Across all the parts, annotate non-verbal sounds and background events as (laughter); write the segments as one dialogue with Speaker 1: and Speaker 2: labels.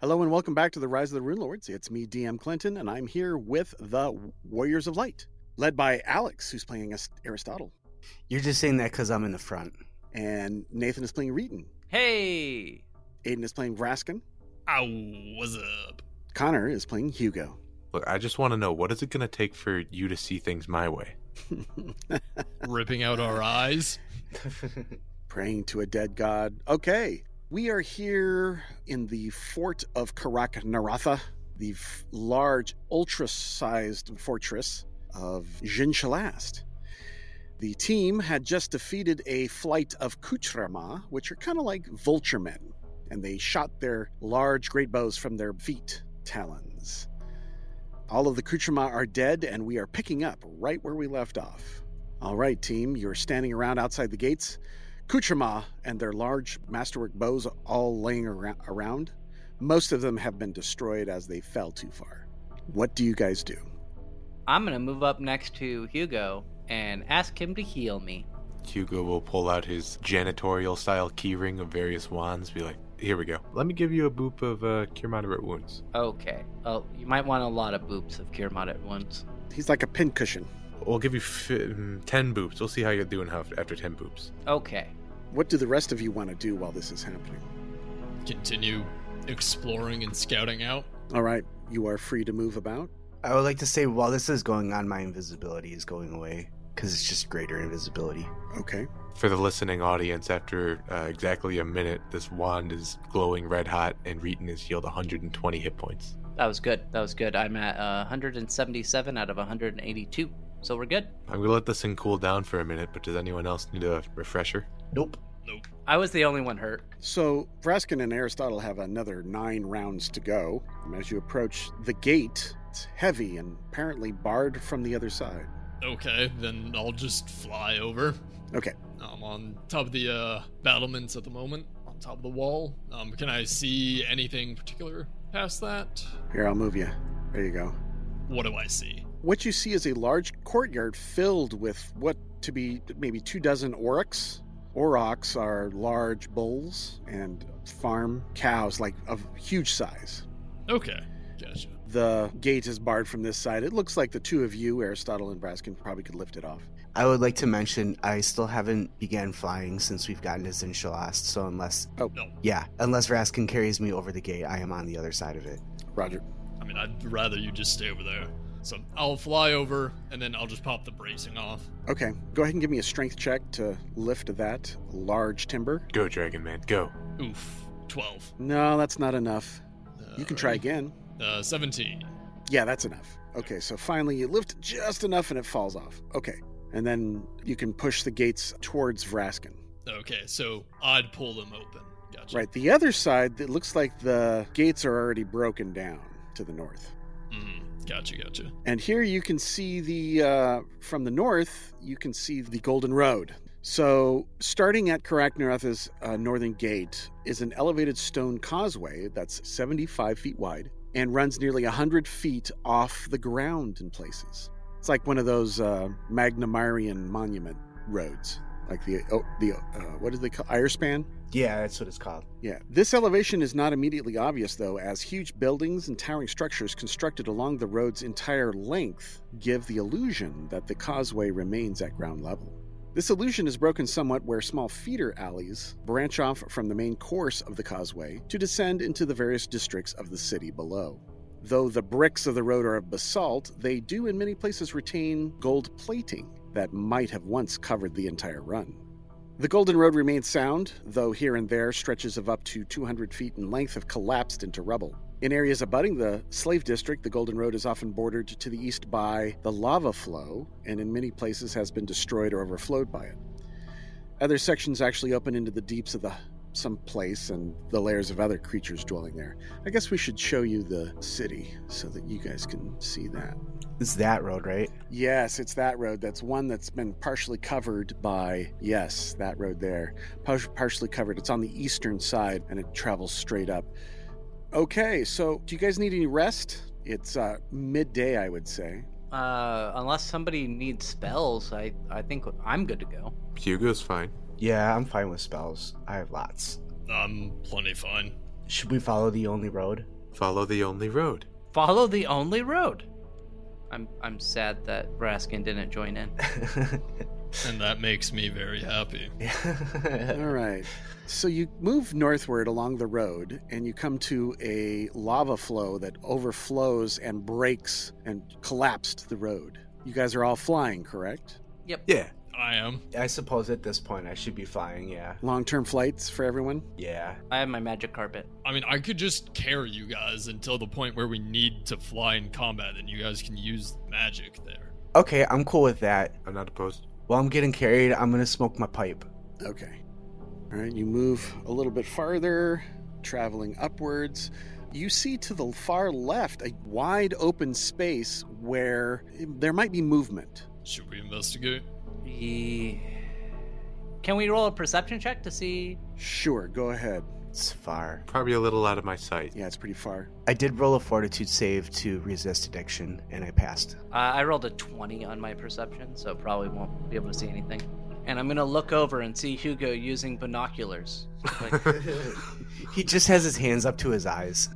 Speaker 1: Hello and welcome back to the Rise of the Rune Lords. It's me, DM Clinton, and I'm here with the Warriors of Light, led by Alex, who's playing As- Aristotle,
Speaker 2: You're just saying that because I'm in the (laughs) front.
Speaker 1: and Nathan is playing Reeton,
Speaker 3: Hey!
Speaker 1: Aiden is playing Raskin,
Speaker 4: Ow, what's up?
Speaker 1: Connor is playing Hugo. (laughs)
Speaker 5: Look, I just want to know what is it going to take for you to see things my way?
Speaker 4: Ripping out our eyes.
Speaker 1: praying to a dead god. Okay, we are here in the fort of Karak Naratha, the f- large, ultra sized fortress of Jin Shalast. The team had just defeated a flight of Kutrama, which are kind of like vulture men, and they shot their large great bows from their feet, talons. All of the Kutrama are dead, and we are picking up right where we left off. All right, team, you're standing around outside the gates Kuchima and their large masterwork bows all laying ar- around. Most of them have been destroyed as they fell too far. What do you guys do?
Speaker 3: I'm gonna move up next to Hugo and ask him to heal me.
Speaker 5: Hugo will pull out his janitorial style keyring of various wands, be like, here we go. Let me give you a boop of uh, cure moderate wounds.
Speaker 3: Okay. Oh, you might want a lot of boops of cure mod at once.
Speaker 1: He's like a pincushion.
Speaker 5: We'll give you f- mm, 10 boops. We'll see how you're doing how- after 10 boops.
Speaker 3: Okay.
Speaker 1: What do the rest of you want to do while this is happening?
Speaker 4: Continue exploring and scouting out.
Speaker 1: All right, you are free to move about.
Speaker 2: I would like to say while this is going on, my invisibility is going away because it's just greater invisibility.
Speaker 1: Okay.
Speaker 5: For the listening audience, after uh, exactly a minute, this wand is glowing red hot and Reeton is healed 120 hit points.
Speaker 3: That was good. That was good. I'm at uh, 177 out of 182. So we're good.
Speaker 5: I'm going to let this thing cool down for a minute, but does anyone else need a refresher?
Speaker 2: Nope.
Speaker 4: Nope.
Speaker 3: I was the only one hurt.
Speaker 1: So Vraskin and Aristotle have another nine rounds to go. And As you approach the gate, it's heavy and apparently barred from the other side.
Speaker 4: Okay, then I'll just fly over.
Speaker 1: Okay.
Speaker 4: I'm on top of the uh, battlements at the moment, on top of the wall. Um, can I see anything particular past that?
Speaker 1: Here, I'll move you. There you go.
Speaker 4: What do I see?
Speaker 1: What you see is a large courtyard filled with what to be maybe two dozen aurochs. Aurochs are large bulls and farm cows, like of huge size.
Speaker 4: Okay, gotcha.
Speaker 1: The gate is barred from this side. It looks like the two of you, Aristotle and Braskin, probably could lift it off.
Speaker 2: I would like to mention I still haven't began flying since we've gotten to Zinshalast, so unless
Speaker 4: No,
Speaker 2: yeah, unless Raskin carries me over the gate, I am on the other side of it.
Speaker 1: Roger.
Speaker 4: I mean, I'd rather you just stay over there. So I'll fly over, and then I'll just pop the bracing off.
Speaker 1: Okay, go ahead and give me a strength check to lift that large timber.
Speaker 5: Go, Dragon Man, go.
Speaker 4: Oof, 12.
Speaker 1: No, that's not enough. You can try
Speaker 4: Alright.
Speaker 1: again.
Speaker 4: Uh, 17.
Speaker 1: Yeah, that's enough. Okay, so finally you lift just enough and it falls off. Okay. And then you can push the gates towards Vraskin.
Speaker 4: Okay, so I'd pull them open. Gotcha.
Speaker 1: Right. The other side, it looks like the gates are already broken down to the north.
Speaker 4: Mm, gotcha, gotcha.
Speaker 1: And here you can see the, uh, from the north, you can see the Golden Road. So, starting at Karaknaratha's uh, northern gate is an elevated stone causeway that's 75 feet wide and runs nearly 100 feet off the ground in places. It's like one of those uh, Magnamarian monument roads, like the, oh, the uh, what do they call Irespan?
Speaker 2: Yeah, that's what it's called.
Speaker 1: Yeah. This elevation is not immediately obvious, though, as huge buildings and towering structures constructed along the road's entire length give the illusion that the causeway remains at ground level. This illusion is broken somewhat where small feeder alleys branch off from the main course of the causeway to descend into the various districts of the city below. Though the bricks of the road are of basalt, they do in many places retain gold plating that might have once covered the entire run. The Golden Road remains sound, though here and there stretches of up to 200 feet in length have collapsed into rubble. In areas abutting the slave district, the Golden Road is often bordered to the east by the lava flow, and in many places has been destroyed or overflowed by it. Other sections actually open into the deeps of the some place and the layers of other creatures dwelling there. I guess we should show you the city so that you guys can see that.
Speaker 2: It's that road, right?
Speaker 1: Yes, it's that road. That's one that's been partially covered by, yes, that road there. Par- Partially covered. It's on the eastern side and it travels straight up. Okay, so do you guys need any rest? It's uh, midday, I would say.
Speaker 3: Uh, unless somebody needs spells, I I think I'm good to go.
Speaker 5: Hugo's fine.
Speaker 2: Yeah, I'm fine with spells. I have lots.
Speaker 4: I'm plenty fine.
Speaker 2: Should we follow the only road? (laughs)
Speaker 5: Follow the only road.
Speaker 3: Follow the only road. I'm I'm sad that Raskin didn't join in.
Speaker 4: And that makes me very happy.
Speaker 1: All right. So you move northward along the road and you come to a lava flow that overflows and breaks and collapsed the road. You guys are all flying, correct?
Speaker 3: Yep.
Speaker 2: yeah.
Speaker 4: I am.
Speaker 2: (laughs) I suppose at this point I should be flying, yeah.
Speaker 1: Long term flights for everyone?
Speaker 2: Yeah.
Speaker 3: I have my magic carpet.
Speaker 4: I mean, I could just carry you guys until the point where we need to fly in combat, and you guys can use magic there.
Speaker 2: Okay, I'm cool with that.
Speaker 5: I'm not opposed.
Speaker 2: While I'm getting carried, I'm gonna smoke my pipe.
Speaker 1: Okay. All right, you move a little bit farther, traveling upwards. You see to the far left a wide open space where there might be movement.
Speaker 4: Should we investigate?
Speaker 3: Ye- Can we roll a perception check to see?
Speaker 1: Sure, go ahead.
Speaker 2: It's far.
Speaker 5: Probably a little out of my sight.
Speaker 1: Yeah, it's pretty far.
Speaker 2: I did roll a fortitude save to resist addiction, and I passed.
Speaker 3: Uh, I rolled a 20 on my perception, so probably won't be able to see anything. And I'm gonna look over and see Hugo using binoculars.
Speaker 5: (laughs)
Speaker 1: (laughs)
Speaker 3: Like,
Speaker 2: he just has his hands up to his eyes.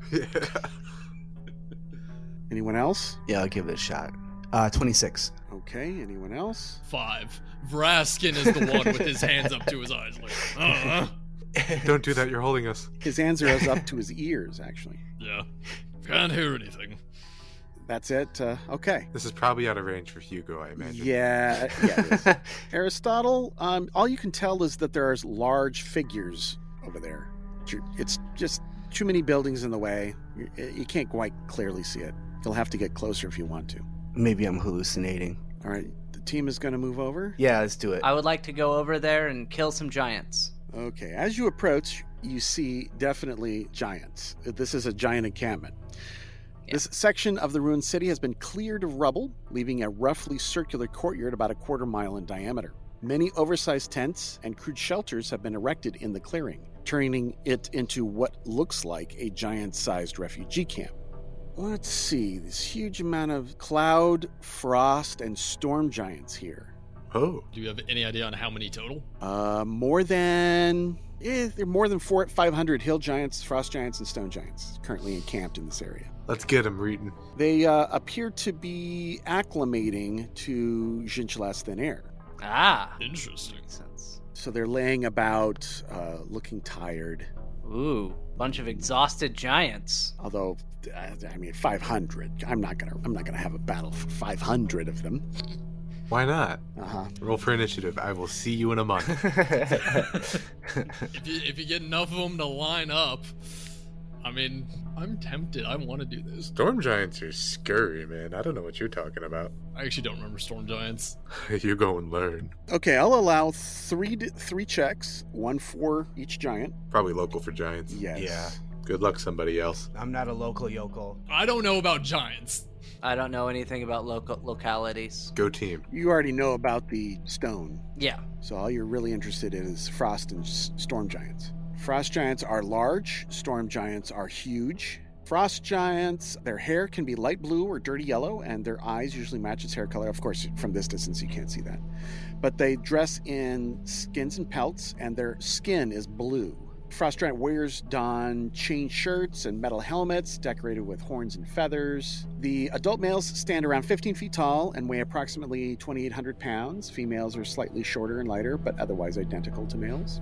Speaker 1: Anyone else?
Speaker 2: Yeah, I'll give it a shot. Uh, 26.
Speaker 1: Okay, anyone else?
Speaker 4: Five. Vraskin is the one with his hands up to his eyes. Like, uh
Speaker 5: (laughs) Don't do that.
Speaker 2: (laughs)
Speaker 5: You're holding us.
Speaker 1: His answer is up to his ears, actually.
Speaker 4: Yeah. Can't hear anything.
Speaker 1: That's it. Uh, okay.
Speaker 5: This is probably out of range for Hugo, I imagine.
Speaker 1: Yeah, yeah. it is. Aristotle. Um, all you can tell is that there are large figures over there. Ju- It's just too many buildings in the way. You- You can't quite clearly see it. You'll have to get closer if you want to.
Speaker 2: Maybe I'm hallucinating.
Speaker 1: All right. The team is going to move over.
Speaker 2: Yeah, let's do it.
Speaker 3: I would like to go over there and kill some giants.
Speaker 1: Okay, as you approach, you see definitely giants. This is a giant encampment.
Speaker 3: Yeah.
Speaker 1: This section of the ruined city has been cleared of rubble, leaving a roughly circular courtyard about a quarter mile in diameter. Many oversized tents and crude shelters have been erected in the clearing, turning it into what looks like a giant sized refugee camp. Let's see, this huge amount of cloud, frost, and storm giants here.
Speaker 5: Oh.
Speaker 4: Do you have any idea on how many total?
Speaker 1: Uh, more than eh, there are more than four, 500 hill giants, frost giants, and stone giants currently encamped in this area.
Speaker 5: Let's get him, Reeton.
Speaker 1: They uh, appear to be acclimating to Jinchlas thin air.
Speaker 3: Ah,
Speaker 4: Interesting.
Speaker 3: makes sense.
Speaker 1: So they're laying about, uh, looking tired.
Speaker 3: Ooh, bunch of exhausted giants.
Speaker 1: Although, uh, I mean, 500. I'm not gonna. I'm not gonna have a battle for 500 of them.
Speaker 5: Why not?
Speaker 1: Uh huh.
Speaker 5: Roll for initiative. I will see you in
Speaker 1: (laughs)
Speaker 5: a month.
Speaker 4: If you, if you get enough of them to line up, I mean, I'm tempted. I want to do this.
Speaker 5: Storm giants are scary, man. I don't know what you're talking about.
Speaker 4: I actually don't remember Storm Giants.
Speaker 5: (laughs) you go and learn.
Speaker 1: Okay, I'll allow three d- three checks, one for each giant.
Speaker 5: Probably local for giants.
Speaker 1: Yes.
Speaker 2: Yeah.
Speaker 5: Good luck, somebody else.
Speaker 2: I'm not a local yokel. (laughs)
Speaker 4: I don't know about giants.
Speaker 3: I don't know anything about local localities.
Speaker 5: Go team.
Speaker 1: You already know about the stone.
Speaker 3: Yeah,
Speaker 1: So all you're really interested in is frost and s- storm giants. Frost giants are large, storm giants are huge. Frost giants, their hair can be light blue or dirty yellow, and their eyes usually match its hair color. Of course, from this distance, you can't see that. But they dress in skins and pelts, and their skin is blue. Frost giant warriors don chain shirts and metal helmets decorated with horns and feathers. The adult males stand around 15 feet tall and weigh approximately 2,800 pounds. Females are slightly shorter and lighter, but otherwise identical to males.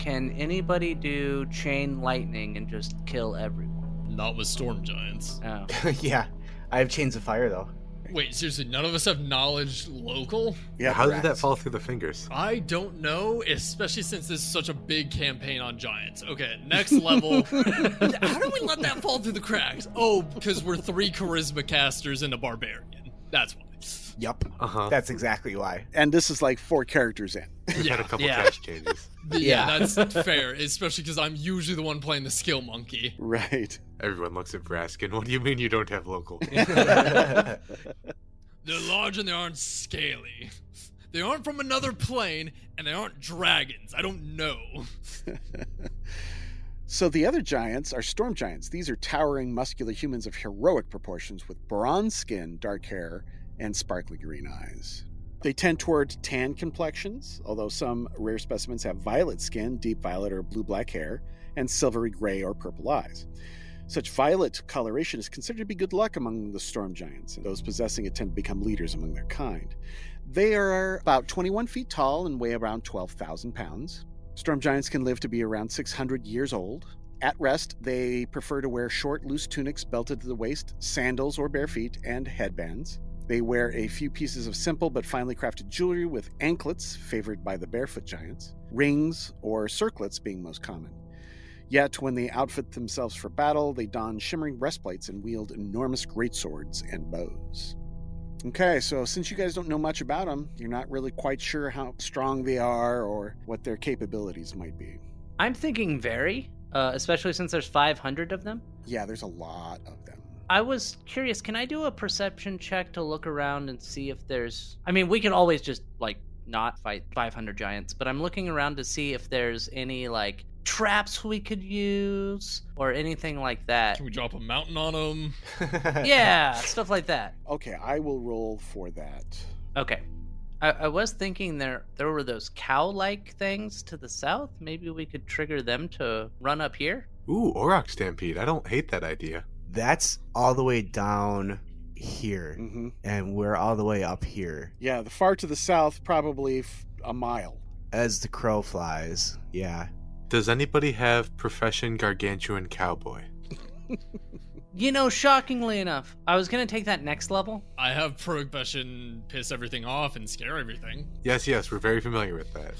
Speaker 3: Can anybody do chain lightning and just kill everyone?
Speaker 4: Not with Storm Giants.
Speaker 3: Oh.
Speaker 2: yeah, I have chains of fire though.
Speaker 4: Wait, seriously, none of us have knowledge local?
Speaker 1: Yeah,
Speaker 5: How did that
Speaker 1: rats.
Speaker 5: fall through the fingers?
Speaker 4: I don't know, especially since this is such a big campaign on Giants. Okay, next level. How do we let that fall through the cracks? Oh, because we're three charisma casters and a barbarian. That's why.
Speaker 2: Yup.
Speaker 5: Uh huh.
Speaker 2: That's exactly
Speaker 5: (laughs)
Speaker 2: why. (laughs)
Speaker 1: And this is like four characters in. (laughs)
Speaker 5: We've had a
Speaker 4: Yeah,
Speaker 5: couple
Speaker 3: yeah.
Speaker 5: cash changes.
Speaker 4: yeah,
Speaker 2: Yeah.
Speaker 4: that's fair, especially because I'm usually the one playing the skill monkey.
Speaker 1: Right.
Speaker 5: Everyone looks at Vraskin. What do you mean you don't have local?
Speaker 4: They're large and they aren't scaly. They aren't from another plane and they aren't dragons. I don't know.
Speaker 1: So the other giants are storm giants. These are towering, muscular humans of heroic proportions with bronze skin, dark hair, and sparkly green eyes. They tend toward tan complexions, although some rare specimens have violet skin, deep violet or blue black hair, and silvery gray or purple eyes. Such violet coloration is considered to be good luck among the storm giants, and those possessing it tend to become leaders among their kind. They are about 21 feet tall and weigh around 12,000 pounds. Storm giants can live to be around 600 years old. At rest, they prefer to wear short, loose tunics belted to the waist, sandals or bare feet, and headbands. They wear a few pieces of simple but finely crafted jewelry with anklets, favored by the barefoot giants, rings, or circlets being most common. Yet, when they outfit themselves for battle, they don shimmering breastplates and wield enormous greatswords and bows. Okay, so since you guys don't know much about them, you're not really quite sure how strong they are or what their capabilities might be.
Speaker 3: I'm thinking very, uh, especially since there's 500 of them.
Speaker 1: Yeah, there's a lot of them.
Speaker 3: I was curious. Can I do a perception check to look around and see if there's? I mean, we can always just like not fight 500 giants, but I'm looking around to see if there's any like traps we could use or anything like that.
Speaker 4: Can we drop a mountain on them?
Speaker 3: yeah, stuff like that.
Speaker 1: Okay, I will roll for that.
Speaker 3: Okay. I, I was thinking there there were those cow-like things to the south. Maybe we could trigger them to run up here.
Speaker 5: Ooh, Orok Stampede. I don't hate that idea.
Speaker 2: That's all the way down here,
Speaker 1: hmm
Speaker 2: and we're all the way up here.
Speaker 1: Yeah, the far to the south, probably f- a mile.
Speaker 2: As the crow flies, yeah.
Speaker 5: Does anybody have profession gargantuan cowboy?
Speaker 3: You know, shockingly enough, I was gonna take that next level.
Speaker 4: I have progression, piss everything off, and scare everything.
Speaker 5: Yes, yes, we're very familiar with that.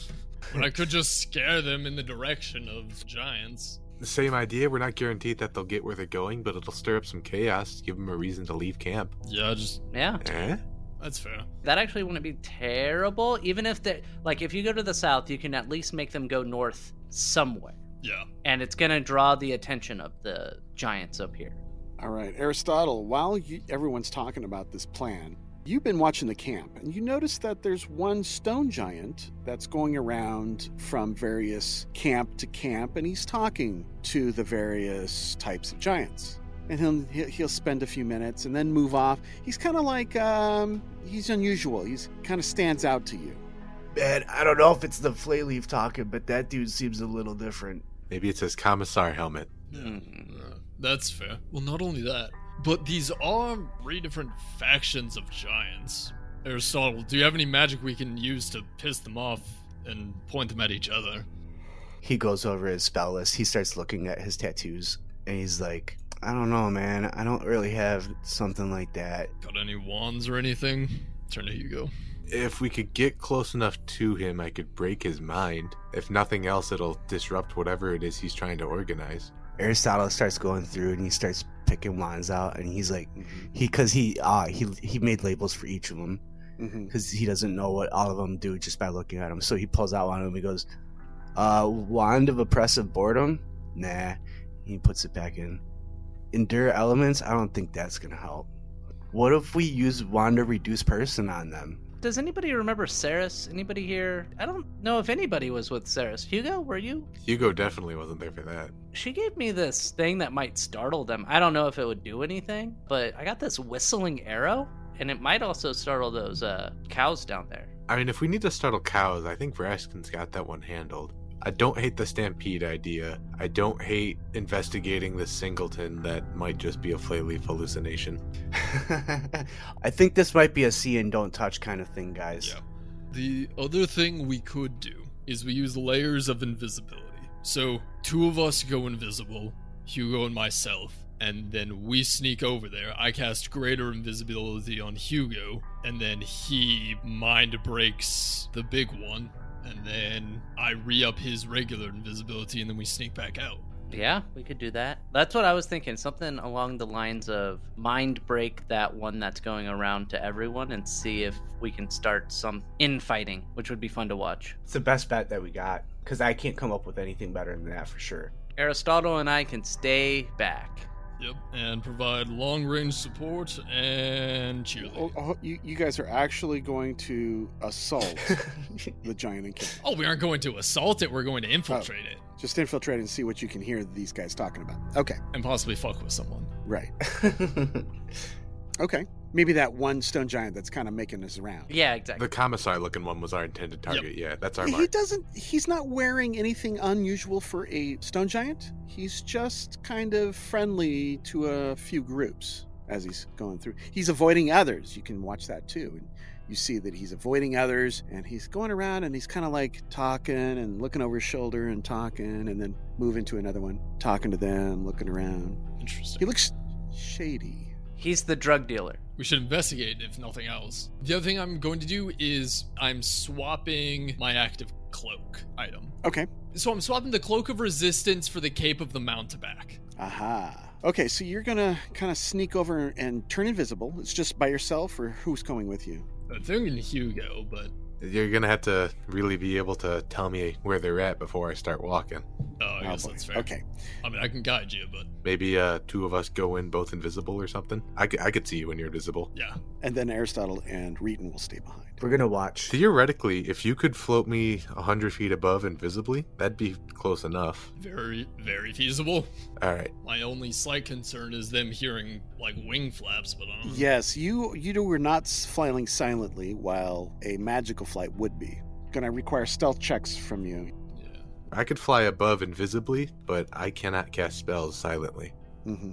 Speaker 4: But I could just scare them in the direction of giants.
Speaker 5: The same idea. We're not guaranteed that they'll get where they're going, but it'll stir up some chaos, give them a reason to leave camp.
Speaker 4: Yeah, just
Speaker 3: Yeah.
Speaker 5: Eh?
Speaker 4: that's fair.
Speaker 3: That actually wouldn't be terrible. Even if they like if you go to the south, you can at least make them go north somewhere.
Speaker 4: Yeah.
Speaker 3: And it's gonna draw the attention of the giants up here.
Speaker 1: All right, Aristotle, while you, everyone's talking about this plan, you've been watching the camp and you notice that there's one stone giant that's going around from various camp to camp and he's talking to the various types of giants. And he'll, he'll- he'll spend a few minutes and then move off. He's kind of like, um, he's unusual. He's kind of stands out to you.
Speaker 2: Man, I don't know if it's the flay leaf talking, but that dude seems a little different.
Speaker 5: Maybe it's his commissar helmet.
Speaker 4: Yeah.
Speaker 3: Mm.
Speaker 4: Uh, That's fair. Well, not only that, but these are three different factions of giants. Aristotle, do you have any magic we can use to piss them off and point them at each other?
Speaker 2: He goes over his spell list. He starts looking at his tattoos, and he's like, I don't know, man. I don't really have something like that.
Speaker 4: Got any wands or anything? Turn to Hugo.
Speaker 5: If we could get close enough to him, I could break his mind. If nothing else, it'll disrupt whatever it is he's trying to organize.
Speaker 2: Aristotle starts going through and he starts picking wands out, and he's like, he, cause he, uh, he, he made labels for each of them,
Speaker 1: hmm
Speaker 2: cause he doesn't know what all of them do just by looking at them. So he pulls out one of them. He goes, uh, wand of oppressive boredom. Nah. He puts it back in. Endure elements. I don't think that's gonna help. What if we use wand to reduce person on them? (laughs)
Speaker 3: Does anybody remember Saris? Anybody here? I don't know if anybody was with Saris. Hugo, were you?
Speaker 5: Hugo definitely wasn't there for that.
Speaker 3: She gave me this thing that might startle them. I don't know if it would do anything, but I got this whistling arrow, and it might also startle those uh, cows down there.
Speaker 5: I mean, if we need to startle cows, I think Raskin's got that one handled. I don't hate the stampede idea. I don't hate investigating the singleton that might just be a flay leaf hallucination.
Speaker 2: I think this might be a see and don't touch kind of thing, guys.
Speaker 4: Yeah. The other thing we could do is we use layers of invisibility. So, two of us go invisible, Hugo and myself, and then we sneak over there. I cast greater invisibility on Hugo, and then he mind breaks the big one, and then I re up his regular invisibility, and then we sneak back out.
Speaker 3: Yeah, we could do that. That's what I was thinking. Something along the lines of mind break that one that's going around to everyone and see if we can start some infighting, which would be fun to watch.
Speaker 2: It's the best bet that we got because I can't come up with anything better than that for sure.
Speaker 3: Aristotle and I can stay back.
Speaker 4: Yep, and provide long range support and cheerleading.
Speaker 1: Oh, oh, you, you guys are actually going to assault the giant encampment.
Speaker 4: Oh, we aren't going to assault it. We're going to infiltrate it
Speaker 1: Just infiltrate and see what you can hear these guys talking about. Okay,
Speaker 4: and possibly fuck with someone.
Speaker 1: right. (laughs) Okay. Maybe that one stone giant that's kind of making us around.
Speaker 3: Yeah, exactly.
Speaker 5: The commissar looking one was our intended target. Yeah, that's
Speaker 1: (laughs)
Speaker 5: our
Speaker 1: He
Speaker 5: mark.
Speaker 1: doesn't. He's not wearing anything unusual for a stone giant. He's just kind of friendly to a few groups as he's going through. He's avoiding others. You can watch that too, and you see that he's avoiding others, and he's going around and he's kind of like talking and looking over his shoulder and talking, and then moving to another one, talking to them, looking around. He
Speaker 4: Interesting.
Speaker 1: looks shady.
Speaker 3: He's the drug dealer.
Speaker 4: We should investigate, if nothing else. The other thing I'm going to do is I'm swapping my active cloak item.
Speaker 1: Okay.
Speaker 4: So I'm swapping the cloak of resistance for the cape of the mountebank.
Speaker 1: Aha. Okay, so you're gonna kind of sneak over and turn invisible. It's just by yourself, or who's coming with you?
Speaker 4: I'm thinking Hugo, but
Speaker 5: You're gonna have to really be able to tell me where they're at before I start walking.
Speaker 4: oh, I guess
Speaker 1: boy.
Speaker 4: that's fair.
Speaker 1: Okay.
Speaker 4: I mean, I can guide you, but
Speaker 5: Maybe uh, two of us go in both invisible or something. I, c- I could see you when you're visible.
Speaker 4: yeah.
Speaker 1: And then Aristotle and Reeton will stay behind.
Speaker 2: (laughs) We're gonna watch.
Speaker 5: Theoretically, if you could float me 100 feet above invisibly, that'd be close enough.
Speaker 4: Very, very feasible.
Speaker 5: All right.
Speaker 4: My only slight concern is them hearing, like, wing flaps, but I don't
Speaker 1: Yes, you you two were not s- flailing silently while a magical flight would be. Gonna require stealth checks from you.
Speaker 4: Yeah.
Speaker 5: I could fly above invisibly, but I cannot cast spells silently.
Speaker 1: hmm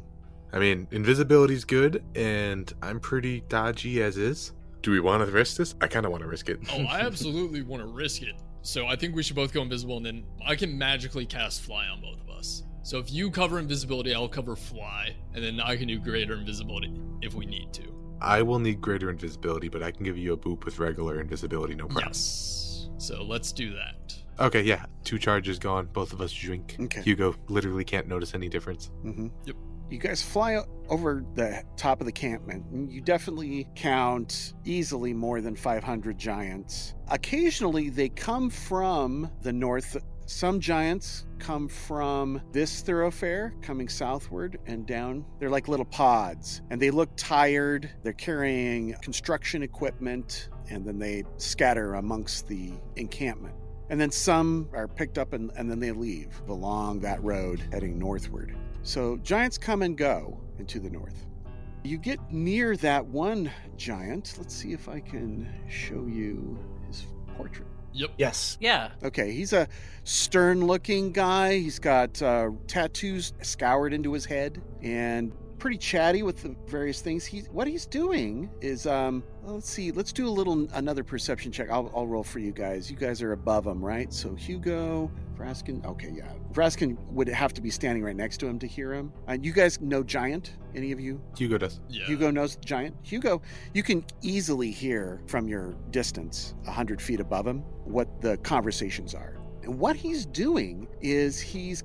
Speaker 5: I mean, invisibility's good, and I'm pretty dodgy as is. Do we want to risk this? I kind of want to risk it.
Speaker 4: Oh, I absolutely want to risk it. So I think we should both go invisible, and then I can magically cast fly on both of us. So if you cover invisibility, I'll cover fly, and then I can do greater invisibility if we need to.
Speaker 5: (laughs) I will need greater invisibility, but I can give you a boop with regular invisibility, no problem.
Speaker 4: Yes. So let's do that.
Speaker 5: Okay, yeah. Two charges gone. Both of us drink.
Speaker 1: Okay.
Speaker 5: Hugo literally can't notice any difference.
Speaker 1: hmm
Speaker 4: Yep.
Speaker 1: You guys fly o- over the top of the campment. and You definitely count easily more than 500 giants. Occasionally, they come from the north. Some giants come from this thoroughfare, coming southward and down. They're like little pods, and they look tired. They're carrying construction equipment, and then they scatter amongst the encampment. And then some are picked up and, and then they leave along that road heading northward. So giants come and go into the north. You get near that one giant. Let's see if I can show you his portrait.
Speaker 4: Yep.
Speaker 2: Yes.
Speaker 3: Yeah.
Speaker 1: Okay, he's a stern looking guy. He's got uh, tattoos scoured into his head and pretty chatty with the various things. He, what he's doing is, um, well, let's see, let's do a little another perception check. I'll, I'll roll for you guys. You guys are above him, right? So Hugo, Vraskin, okay, yeah. Vraskin would have to be standing right next to him to hear him. Uh, you guys know Giant? Any of you?
Speaker 5: Hugo does.
Speaker 4: Yeah.
Speaker 1: Hugo knows the giant. Hugo, you can easily hear from your distance, 100 feet above him, what the conversations are. And what he's doing is he's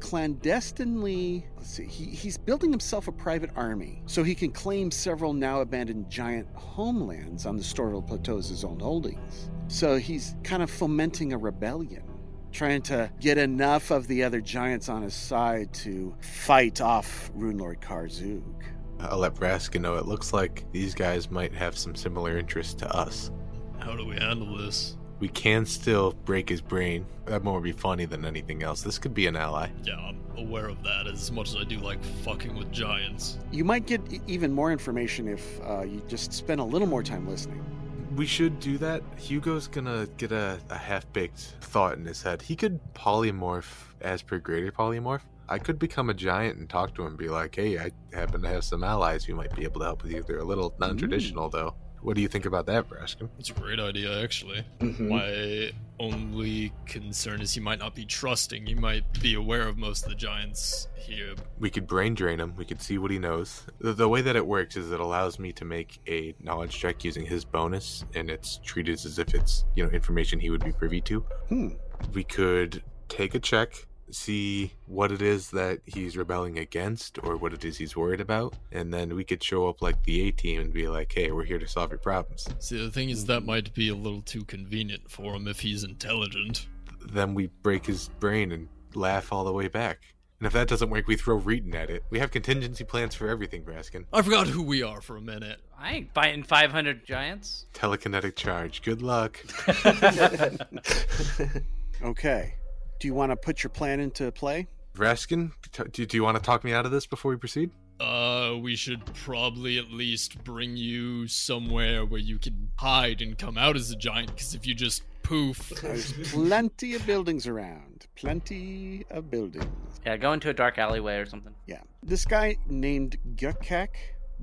Speaker 1: clandestinely, let's see, he, he's building himself a private army so he can claim several now abandoned giant homelands on the Storville Plateau as his own holdings. So he's kind of fomenting a rebellion, trying to get enough of the other giants on his side to fight off Rune Lord Karzug.
Speaker 5: I'll Uh, let Raskin know. It looks like these guys might have some similar interests to us.
Speaker 4: How do we handle this?
Speaker 5: We can still break his brain. That more be funny than anything else. This could be an ally.
Speaker 4: Yeah, I'm aware of that as much as I do like fucking with giants.
Speaker 1: You might get e- even more information if uh, you just spend a little more time listening.
Speaker 5: We should do that. Hugo's gonna get a, a half baked thought in his head. He could polymorph as per greater polymorph. I could become a giant and talk to him and be like, hey, I happen to have some allies who might be able to help with you. They're a little non traditional, though. What do you think about that, Raskin?
Speaker 4: It's a great idea, actually.
Speaker 2: Mhm.
Speaker 4: My only concern is he might not be trusting. He might be aware of most of the giants here.
Speaker 5: We could brain drain him. We could see what he knows. The, the way that it works is it allows me to make a knowledge check using his bonus, and it's treated as if it's you know information he would be privy to.
Speaker 1: Hmm.
Speaker 5: We could take a check, see what it is that he's rebelling against, or what it is he's worried about, and then we could show up like the A team and be like, "Hey, we're here to solve your problems."
Speaker 4: See, the thing is, that might be a little too convenient for him if he's intelligent.
Speaker 5: Then we break his brain and laugh all the way back. And if that doesn't work, we throw Reeton at it. We have contingency plans for everything, Raskin.
Speaker 4: I forgot who we are for a minute.
Speaker 3: I ain't fighting 500 giants.
Speaker 5: Telekinetic charge. Good luck.
Speaker 1: Okay. Do you want to put your plan into play?
Speaker 5: Raskin, t- do, do you want to talk me out of this before we proceed?
Speaker 4: Uh, we should probably at least bring you somewhere where you can hide and come out as a giant, because if you just poof.
Speaker 1: There's plenty of buildings around. Plenty of buildings.
Speaker 3: Yeah, go into a dark alleyway or something.
Speaker 1: Yeah. This guy named Gyakak.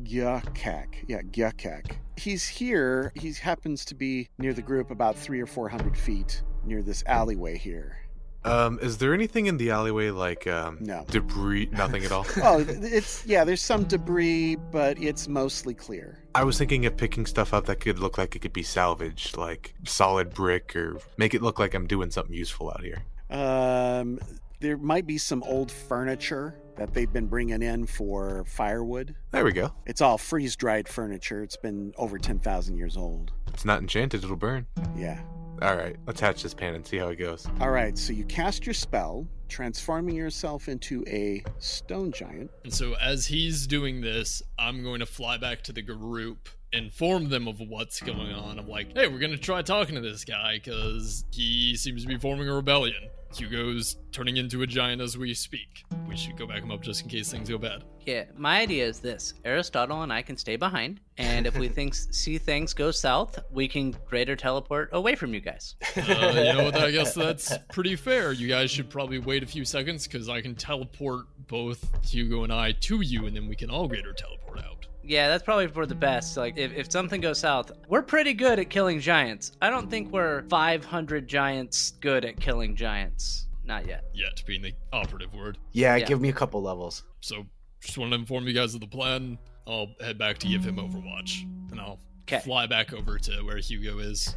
Speaker 1: Gyakak. Yeah, Gyakak. He's here. He happens to be near the group about three or four hundred feet near this alleyway here.
Speaker 5: Um, is there anything in the alleyway like um,
Speaker 1: No.
Speaker 5: debris?
Speaker 1: (laughs)
Speaker 5: Nothing at all.
Speaker 1: Oh, it's, yeah, there's some debris, but it's mostly clear.
Speaker 5: I was thinking of picking stuff up that could look like it could be salvaged, like solid brick, or make it look like I'm doing something useful out here.
Speaker 1: Um, there might be some old furniture that they've been bringing in for firewood.
Speaker 5: There we go.
Speaker 1: It's all freeze dried furniture. It's been over 10,000 years old.
Speaker 5: It's not enchanted; it'll burn.
Speaker 1: Yeah.
Speaker 5: All right, let's hatch this pan and see how it goes.
Speaker 1: All right, so you cast your spell, transforming yourself into a stone giant.
Speaker 4: And so, as he's doing this, I'm going to fly back to the group, inform them of what's going on. I'm like, hey, we're going to try talking to this guy because he seems to be forming a rebellion. Hugo's turning into a giant as we speak. We should go back him up just in case things go bad.
Speaker 3: Yeah, my idea is this: Aristotle and I can stay behind, and if we think see things go south, we can greater teleport away from you guys.
Speaker 4: Uh, you know what? I guess that's pretty fair. You guys should probably wait a few seconds because I can teleport both Hugo and I to you, and then we can all get her teleport out.
Speaker 3: Yeah, that's probably for the best. Like, if, if something goes south, we're pretty good at killing giants. I don't think we're 500 giants good at killing giants. Not yet.
Speaker 4: Yet being the operative word.
Speaker 2: Yeah,
Speaker 3: Yeah.
Speaker 2: give me a couple levels.
Speaker 4: So just want to inform you guys of the plan. I'll head back to give him Overwatch, and I'll
Speaker 3: 'Kay.
Speaker 4: fly back over to where Hugo is.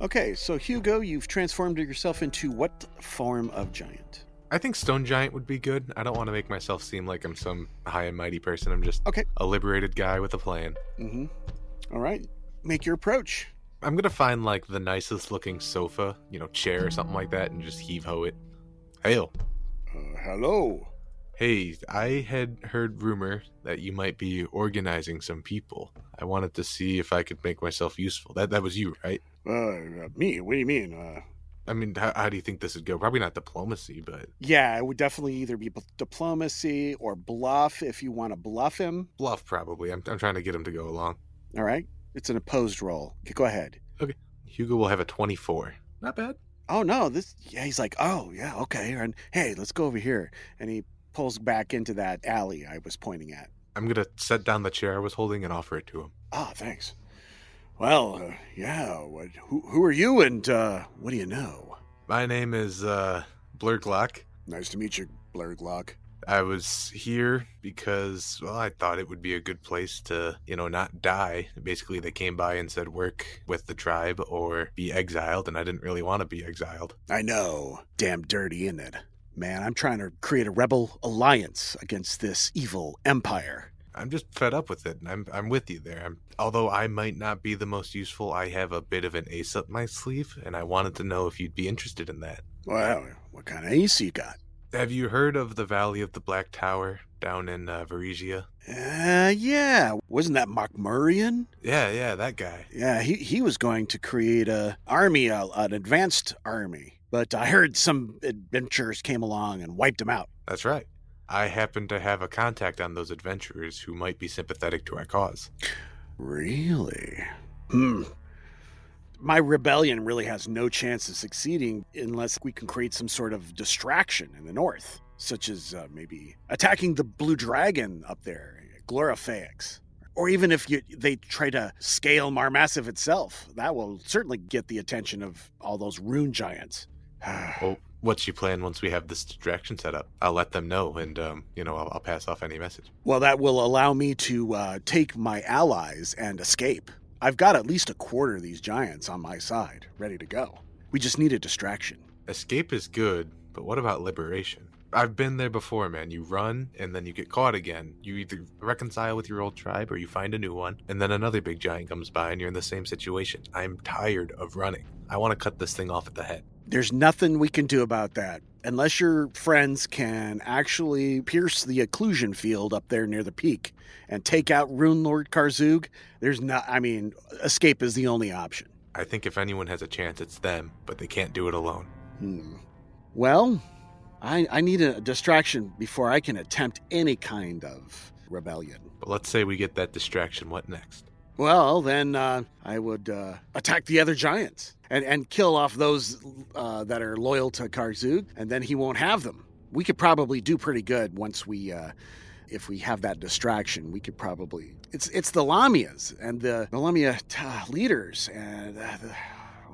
Speaker 1: Okay, so Hugo, you've transformed yourself into what form of giant?
Speaker 5: I think Stone Giant would be good. I don't want to make myself seem like I'm some high and mighty person. I'm just
Speaker 1: Okay.
Speaker 5: a liberated guy with a plan.
Speaker 1: Mm-hmm. All right, make your approach.
Speaker 5: I'm gonna find like the nicest looking sofa, you know, chair or something like that, and just heave ho it. Hail.
Speaker 1: Uh, hello.
Speaker 5: Hey, I had heard rumor that you might be organizing some people. I wanted to see if I could make myself useful. That that was you, right?
Speaker 1: Uh, me? What do you mean? Uh,
Speaker 5: I mean, how, how do you think this would go? Probably not diplomacy, but
Speaker 1: yeah, it would definitely either be b- diplomacy or bluff if you want to bluff him.
Speaker 5: bluff probably. I'm, I'm trying to get him to go along.
Speaker 1: All right, it's an opposed roll. Okay, Go ahead.
Speaker 5: Hugo will have a 24. Not bad.
Speaker 1: oh no this yeah he's like oh yeah okay and hey let's go over here and he pulls back into that alley i was pointing at
Speaker 5: I'm gonna set down the chair I was holding and offer it to him.
Speaker 1: ah thanks well uh, yeah what, who, who are you and uh, what do you know
Speaker 5: My name is uh, Blur Glock.
Speaker 1: nice to meet you blurglock
Speaker 5: I was here because, well, I thought it would be a good place to, you know, not die. Basically, they came by and said work with the tribe or be exiled, and I didn't really want to be exiled.
Speaker 1: i know damn dirty isn't it man i'm trying to create a rebel alliance against this evil empire
Speaker 5: I'm just fed up with it, and I'm, I'm with you there. I'm, although I might not be the most useful, I have a bit of an ace up my sleeve, and I wanted to know if you'd be interested in that.
Speaker 1: well what kind of ace you got
Speaker 5: Have you heard of the Valley of the Black Tower down in uh, Varesia?
Speaker 1: uh, yeah wasn't that mockmurian
Speaker 5: Yeah, yeah, that guy.
Speaker 1: Yeah, he, he was going to create a army, a, an advanced army. But I heard some adventurers came along and wiped him out.
Speaker 5: That's right. I happen to have a contact on those adventurers who might be sympathetic to our cause.
Speaker 1: Really? Hmm. My rebellion really has no chance of succeeding unless we can create some sort of distraction in the north, such as uh, maybe attacking the blue dragon up there, Glorifex. Or even if you, they try to scale Mar Massive itself, that will certainly get the attention of all those rune giants. (sighs)
Speaker 5: Well, what's your plan once we have this distraction set up? I'll let them know, and um, you know, I'll, I'll pass off any message.
Speaker 1: Well, that will allow me to uh, take my allies and escape. I've got at least a quarter of these giants on my side, ready to go. We just need a distraction.
Speaker 5: Escape is good, but what about liberation? I've been there before, man. You run, and then you get caught again. You either reconcile with your old tribe, or you find a new one, and then another big giant comes by, and you're in the same situation. I'm tired of running. I want to cut this thing off at the head.
Speaker 1: There's nothing we can do about that. unless your friends can actually pierce the occlusion field up there near the peak and take out Rune Lord Karzug, there's not. I mean, escape is the only option.
Speaker 5: I think if anyone has a chance, it's them, but they can't do it alone.
Speaker 1: Hmm. Well, I I need a distraction before I can attempt any kind of rebellion.
Speaker 5: But let's say we get that distraction. What next?
Speaker 1: Well, then uh, I would uh, attack the other giants and, and kill off those uh, that are loyal to Karzug, and then he won't have them. We could probably do pretty good once we, uh, if we have that distraction, we could probably. It's it's the Lamias and the, the Lamia uh, leaders and uh, the,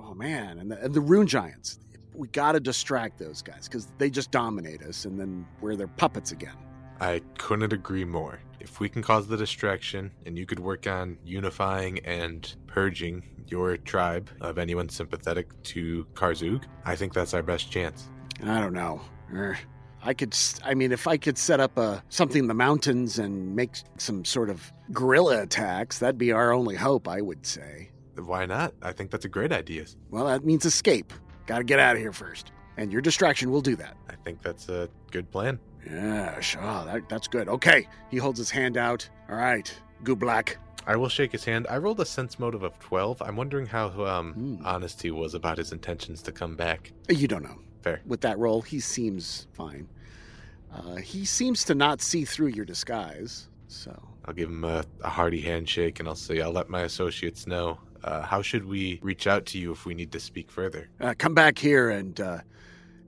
Speaker 1: oh man, and the, and the Rune Giants. We got to distract those guys because they just dominate us, and then we're their puppets again.
Speaker 5: I couldn't agree more. If we can cause the distraction and you could work on unifying and purging your tribe of anyone sympathetic to Karzug, I think that's our best chance.
Speaker 1: I don't know. Er, I could. s- I mean, if I could set up a something in the mountains and make s- some sort of guerrilla attacks, that'd be our only hope. I would say.
Speaker 5: Why not? I think that's a great idea.
Speaker 1: Well, that means escape. Got to get out of here first. And your distraction will do that.
Speaker 5: I think that's a good plan.
Speaker 1: Yeah, sure. That, that's good. Okay. He holds his hand out. All right. Good luck.
Speaker 5: I will shake his hand. I rolled a sense motive of 12. I'm wondering how um,
Speaker 1: Hmm.
Speaker 5: honesty was about his intentions to come back.
Speaker 1: You don't know.
Speaker 5: Fair.
Speaker 1: With that roll, he seems fine. Uh, he seems to not see through your disguise. So,
Speaker 5: I'll give him a, a hearty handshake and I'll say, I'll let my associates know. Uh, how should we reach out to you if we need to speak further?
Speaker 1: uh, come back here and, uh,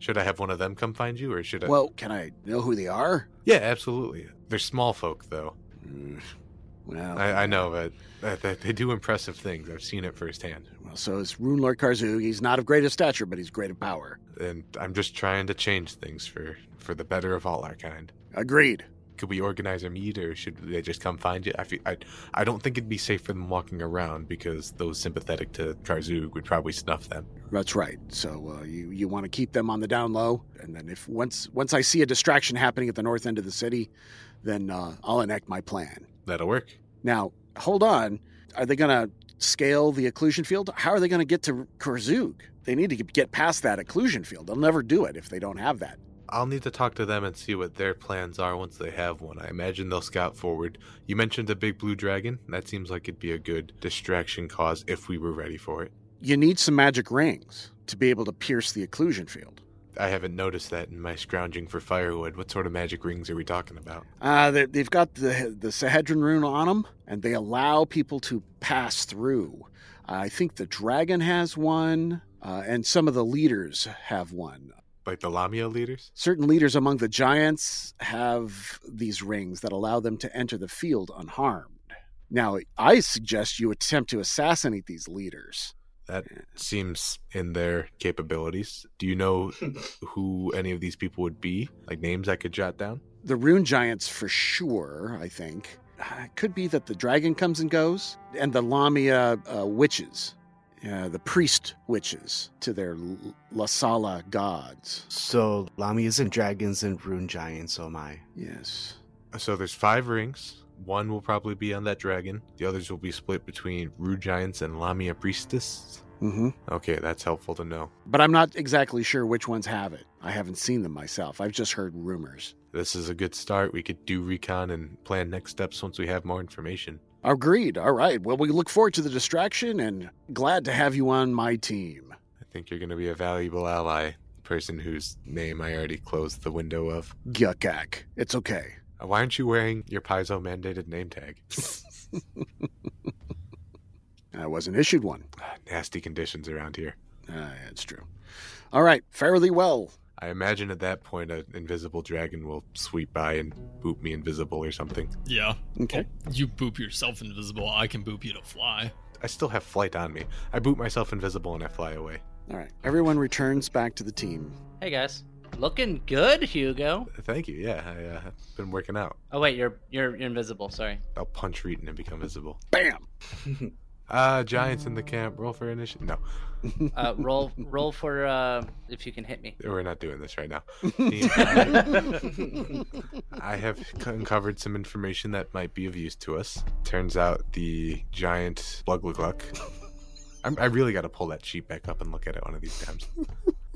Speaker 5: Should I have one of them come find you or should I?
Speaker 1: well, can I know who they are?
Speaker 5: yeah, absolutely. They're small folk, though.
Speaker 1: Mm, Well,
Speaker 5: I, I know, but uh, they- they do impressive things. I've seen it firsthand.
Speaker 1: well, so it's Rune Lord Karzug. He's not of great of stature, but he's great of power.
Speaker 5: And I'm just trying to change things for, for the better of all our kind.
Speaker 1: Agreed.
Speaker 5: could we organize a meet or should they just come find you? I, feel, I, I don't think it'd be safe for them walking around because those sympathetic to Karzug would probably snuff them.
Speaker 1: That's right. So uh, you you want to keep them on the down low, and then if once once I see a distraction happening at the north end of the city, then uh, I'll enact my plan.
Speaker 5: That'll work.
Speaker 1: Now, hold on. Are they going to scale the occlusion field? How are they going to get to Kurzug? They need to get past that occlusion field. They'll never do it if they don't have that.
Speaker 5: I'll need to talk to them and see what their plans are once they have one. I imagine they'll scout forward. You mentioned the big blue dragon. That seems like it'd be a good distraction cause if we were ready for it.
Speaker 1: You need some magic rings to be able to pierce the occlusion field.
Speaker 5: I haven't noticed that in my scrounging for firewood. What sort of magic rings are we talking about?
Speaker 1: Uh, they- they've got the the Sahedrin rune on them, and they allow people to pass through. I think the dragon has one, uh, and some of the leaders have one.
Speaker 5: Like the Lamia leaders?
Speaker 1: Certain leaders among the giants have these rings that allow them to enter the field unharmed. Now, I suggest you attempt to assassinate these leaders.
Speaker 5: That seems in their capabilities. Do you know who any of these people would be? Like names I could jot down?
Speaker 1: The rune giants, for sure, I think. Uh, It could be that the dragon comes and goes, and the Lamia uh, witches, uh, the priest witches, to their L- Lasala gods.
Speaker 2: So Lami isn't dragons and rune giants, oh my.
Speaker 1: Yes.
Speaker 5: So there's five rings. One will probably be on that dragon. The others will be split between Rue Giants and Lamia Priestess.
Speaker 1: hmm
Speaker 5: Okay, that's helpful to know.
Speaker 1: But I'm not exactly sure which ones have it. I haven't seen them myself. I've just heard rumors.
Speaker 5: This is a good start. We could do recon and plan next steps once we have more information.
Speaker 1: Agreed. All right. Well, we look forward to the distraction and glad to have you on my team.
Speaker 5: I think you're going to be a valuable ally, person whose name I already closed the window of.
Speaker 1: Gyukak. It's okay.
Speaker 5: Uh, Why aren't you wearing your Paizo mandated name tag? (sighs)
Speaker 1: I wasn't issued one.
Speaker 5: Ah, Nasty conditions around here.
Speaker 1: Ah, it's true. All right. Fare thee well.
Speaker 5: I imagine at that point an invisible dragon will sweep by and boop me invisible or something.
Speaker 4: Yeah.
Speaker 1: Okay.
Speaker 4: You boop yourself invisible. I can boop you to fly.
Speaker 5: I still have flight on me. I boot myself invisible and I fly away.
Speaker 1: All right. Everyone returns back to the team.
Speaker 3: Hey guys, looking good, Hugo.
Speaker 5: Thank you. Yeah, I, uh, have been working out.
Speaker 3: Oh wait, you're you're, you're invisible. Sorry.
Speaker 5: I'll punch Reeton and become visible.
Speaker 1: Bam.
Speaker 5: Uh, giants in the camp. Roll for initiative. No,
Speaker 3: Uh, roll roll for uh, if you can hit me.
Speaker 5: we're not doing this right now. Team, I- I have c- uncovered some information that might be of use to us. Turns out the giant Blugluck. I'm, I really got to pull that sheet back up and look at it one of these times.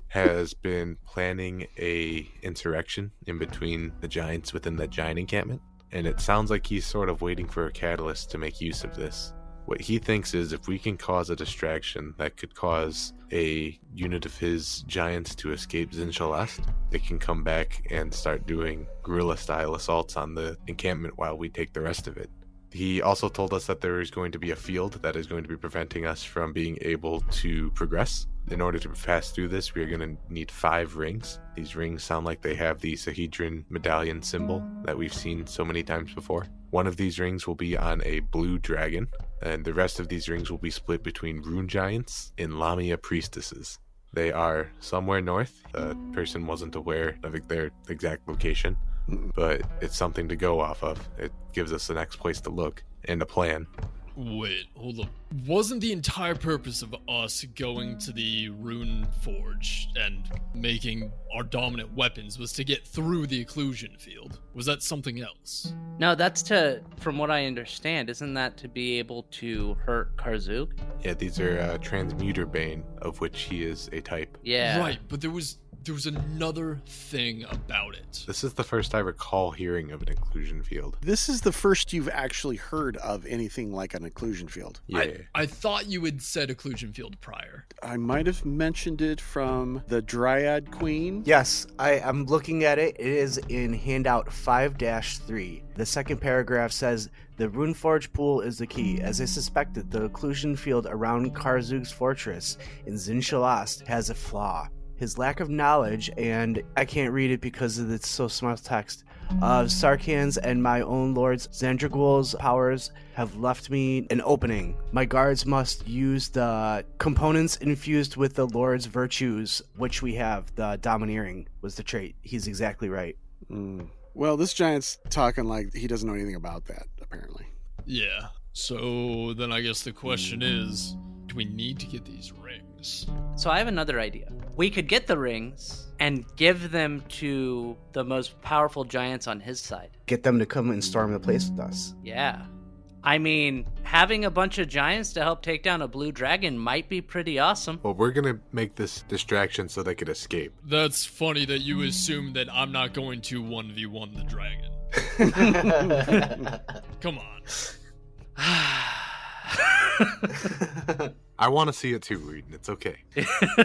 Speaker 5: has been planning a insurrection in between the giants within that giant encampment, and it sounds like he's sort of waiting for a catalyst to make use of this. What he thinks is if we can cause a distraction that could cause a unit of his giants to escape Zinshalast, they can come back and start doing guerrilla style assaults on the encampment while we take the rest of it. He also told us that there is going to be a field that is going to be preventing us from being able to progress. In order to pass through this, we are going to need five rings. These rings sound like they have the Sahedron medallion symbol that we've seen so many times before. One of these rings will be on a blue dragon, and the rest of these rings will be split between rune giants and Lamia priestesses. They are somewhere north. The person wasn't aware of their exact location, but it's something to go off of. It gives us the next place to look and a plan.
Speaker 4: Wait, hold up. Wasn't the entire purpose of us going to the Rune Forge and making our dominant weapons was to get through the occlusion field? Was that something else?
Speaker 3: No, that's to, from what I understand, isn't that to be able to hurt Karzuk?
Speaker 5: Yeah, these are uh, Transmuter Bane, of which he is a type.
Speaker 3: Yeah.
Speaker 4: Right, but there was there was another thing about it.
Speaker 5: This is the first I recall hearing of an inclusion field.
Speaker 1: This is the first you've actually heard of anything like an occlusion field.
Speaker 5: Yeah.
Speaker 4: I, I thought you had said occlusion field prior.
Speaker 1: I might have mentioned it from the Dryad Queen.
Speaker 2: Yes, I, I'm looking at it. It is in handout 5 3. The second paragraph says The Runeforge pool is the key. As I suspected, the occlusion field around Karzug's fortress in Zinshalast has a flaw. His lack of knowledge, and I can't read it because it's so small text, of Sarkans and my own lord's Zandragul's powers have left me an opening. My guards must use the components infused with the lord's virtues, which we have. The domineering was the trait. He's exactly right.
Speaker 1: Mm. Well, this giant's talking like he doesn't know anything about that, apparently. (laughs)
Speaker 4: Yeah. So then I guess the question is, do we need to get these rings?
Speaker 3: So I have another idea. We could get the rings and give them to the most powerful giants on his side.
Speaker 2: Get them to come and storm the place with us.
Speaker 3: Yeah. I mean, having a bunch of giants to help take down a blue dragon might be pretty awesome. (sighs)
Speaker 5: Well, we're going to make this distraction so they could escape.
Speaker 4: That's funny that you assume that I'm not going to 1v1 the dragon. Come on.
Speaker 5: I want to see it too, Reed. It's okay.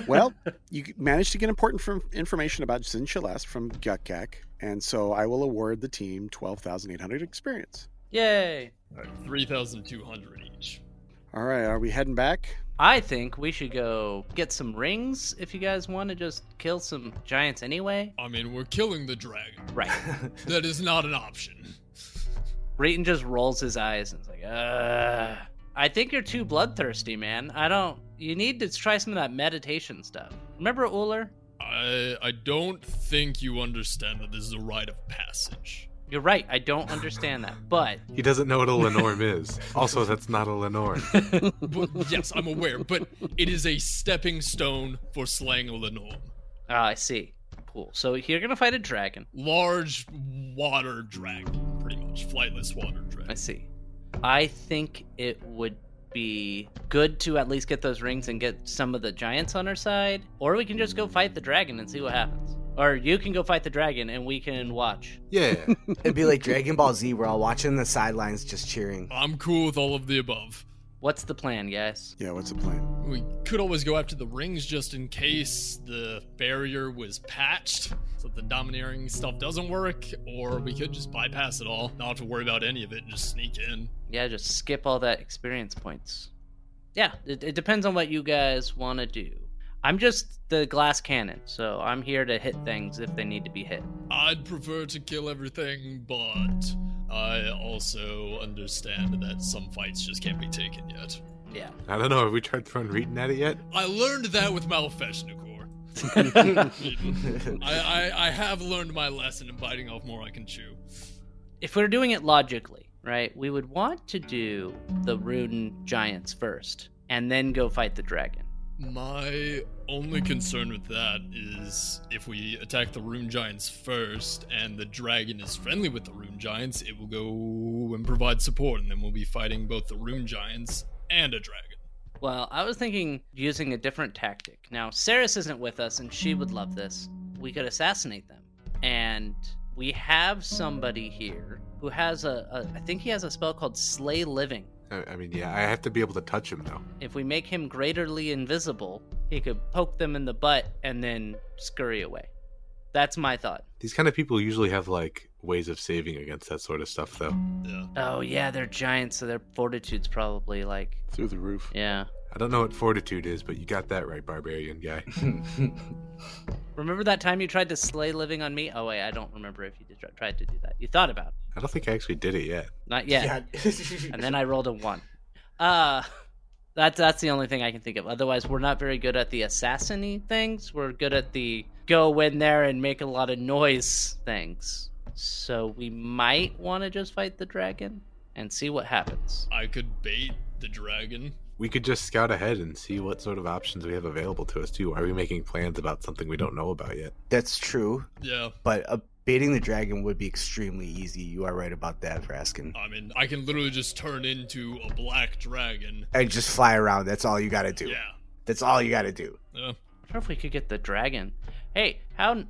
Speaker 1: well, you managed to get important from information about Zin Shalast from Gutkak, and so I will award the team 12,800 experience.
Speaker 3: Yay.
Speaker 4: 3,200 each.
Speaker 1: All right, are we heading back?
Speaker 3: I think we should go get some rings if you guys want to just kill some giants anyway.
Speaker 4: I mean, we're killing the dragon.
Speaker 3: (laughs) Right.
Speaker 4: That is not an option.
Speaker 3: Reitan just rolls his eyes and is like, Ugh. I think you're too bloodthirsty, man. I don't. You need to try some of that meditation stuff. Remember Uller?
Speaker 4: I I don't think you understand that this is a rite of passage.
Speaker 3: You're right. I don't understand that. But
Speaker 5: He doesn't know what a Lenorm is. Also, that's not a Lenorm.
Speaker 4: Well,
Speaker 3: (laughs)
Speaker 4: yes, I'm aware, but it is a stepping stone for slaying a Lenorm.
Speaker 3: Ah, I see. Cool. So you're gonna fight a dragon.
Speaker 4: Large water dragon, pretty much. Flightless water
Speaker 3: I
Speaker 4: dragon.
Speaker 3: see. I think it would be good to at least get those rings and get some of the giants on our side, or we can just go fight the dragon and see what happens. Or you can go fight the dragon and we can watch.
Speaker 5: Yeah.
Speaker 2: It'd be like Dragon Ball Z. We're all watching the sidelines just cheering.
Speaker 4: (laughs) I'm cool with all of the above.
Speaker 3: What's the plan, guys?
Speaker 1: Yeah, what's the plan?
Speaker 4: We could always go after the rings just in case the barrier was patched, so the domineering stuff doesn't work, or we could just bypass it all, not have to worry about any of it, and just sneak in.
Speaker 3: Yeah, just skip all that experience points. Yeah, it, it depends on what you guys want to do. I'm just the glass cannon, so I'm here to hit things if they need to be hit.
Speaker 4: I'd prefer to kill everything, but I also understand that some fights just can't be taken yet.
Speaker 3: Yeah.
Speaker 5: I don't know. Have we tried throwing Reed at it yet?
Speaker 4: I learned that with Malfeshnikor. I, I, I have learned my lesson in biting off more I can chew.
Speaker 3: if we're doing it logically, right, we would want to do the Rune Giants first and then go fight the dragon.
Speaker 4: My only concern with that is if we attack the rune giants first and the dragon is friendly with the rune giants, it will go and provide support, and then we'll be fighting both the rune giants and a dragon.
Speaker 3: Well, I was thinking using a different tactic. Now, Ceres isn't with us, and she would love this. We could assassinate them. And we have somebody here who has a, a I think he has a spell called Slay Living.
Speaker 5: I, I mean, yeah, I have to be able to touch him though.
Speaker 3: If we make him greaterly invisible, he could poke them in the butt and then scurry away. That's my thought.
Speaker 5: These kind of people usually have like ways of saving against that sort of stuff though.
Speaker 4: Yeah.
Speaker 3: Oh, yeah, they're giants, so their fortitude's probably like,
Speaker 1: Through the roof.
Speaker 3: yeah.
Speaker 5: I don't know what fortitude is, but you got that right, barbarian guy.
Speaker 3: Remember that time you tried to slay living on me? Oh, wait, I don't remember if you did, try- tried to do that. You thought about it.
Speaker 5: I don't think I actually did it yet.
Speaker 3: Not yet. and then I rolled a one. Uh that's that's the only thing I can think of. Otherwise, we're not very good at the assassiny things. We're good at the go in there and make a lot of noise things. So we might want to just fight the dragon and see what happens.
Speaker 4: I could bait the dragon.
Speaker 5: We could just scout ahead and see what sort of options we have available to us too. Why Are we making plans about something we don't know about yet?
Speaker 2: (laughs) That's true,
Speaker 4: Yeah.
Speaker 2: but uh, baiting the dragon would be extremely easy. You are right about that, Raskin.
Speaker 4: I mean, I can literally just turn into a black dragon.
Speaker 2: And just fly around. That's all you gotta do.
Speaker 4: Yeah.
Speaker 2: That's all you gotta do.
Speaker 4: Yeah.
Speaker 3: I wonder if we could get the dragon. Hey, how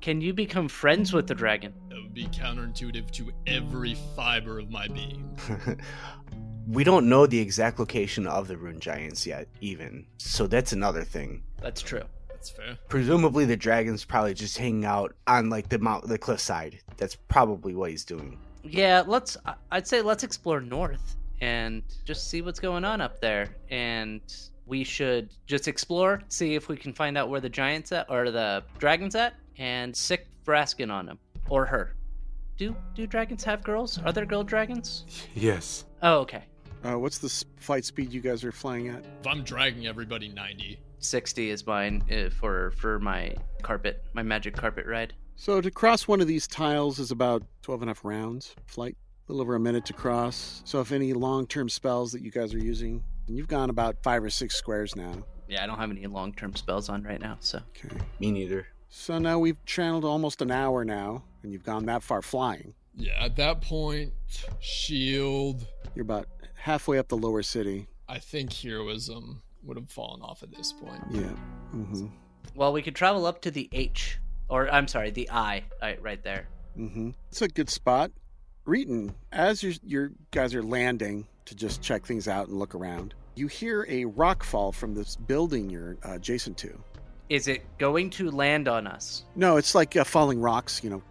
Speaker 3: can you become friends with the dragon?
Speaker 4: That would be counterintuitive to every fiber of my being.
Speaker 2: (laughs) we don't know the exact location of the rune giants yet, even. So that's another thing.
Speaker 3: That's true.
Speaker 4: That's fair.
Speaker 2: Presumably, the dragon's probably just hanging out on like the mount, the cliffside. That's probably what he's doing.
Speaker 3: Yeah, let's. I- I'd say let's explore north and just see what's going on up there. And we should just explore, see if we can find out where the giants at or the dragons at, and sick Braskin on him or her. Do do dragons have girls? Are there girl dragons?
Speaker 5: Yes.
Speaker 3: Oh, okay.
Speaker 1: Uh, what's the s- flight speed you guys are flying at?
Speaker 4: If I'm dragging everybody 90,
Speaker 3: Sixty is mine uh, for for my carpet, my magic carpet ride.
Speaker 1: So to cross one of these tiles is about 12 and a half rounds flight, a little over a minute to cross. So if any long-term spells that you guys are using, and you've gone about five or six squares now.
Speaker 3: Yeah, I don't have any long term spells on right now, so
Speaker 1: Okay.
Speaker 2: Me neither.
Speaker 1: So now we've channeled almost an hour now, and you've gone that far flying.
Speaker 4: yeah, at that point, shield.
Speaker 1: You're about halfway up the lower city.
Speaker 4: I think heroism would have fallen off at this point.
Speaker 1: Yeah. Mm-hmm.
Speaker 3: well we could travel up to the H or I'm sorry, the I right, right there.
Speaker 1: Mm-hmm. It's a good spot. Reeton, as you your guys are landing to just check things out and look around, you hear a rock fall from this building you're uh, adjacent to.
Speaker 3: Is it going to land on us?
Speaker 1: No, it's like uh, falling rocks, you know,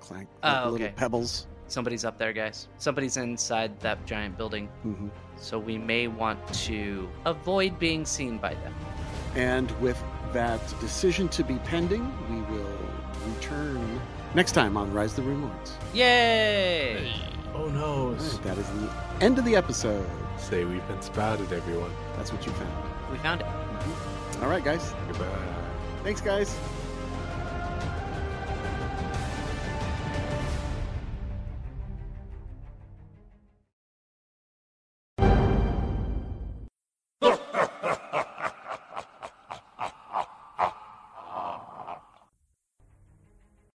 Speaker 1: clank, like
Speaker 3: Oh,
Speaker 1: little
Speaker 3: okay.
Speaker 1: pebbles.
Speaker 3: Somebody's up there, guys. Somebody's inside that giant building,
Speaker 1: Mm-hmm.
Speaker 3: so we may want to avoid being seen by them.
Speaker 1: And with that decision to be pending, we will return next time on Rise of the Rune Lords.
Speaker 3: Yay!
Speaker 4: Hey.
Speaker 2: Oh no!
Speaker 1: All right, that is the end of the episode.
Speaker 5: Say we've been spotted, everyone.
Speaker 1: That's what you found.
Speaker 3: We found it.
Speaker 1: All right, guys.
Speaker 5: Goodbye.
Speaker 1: Thanks, guys.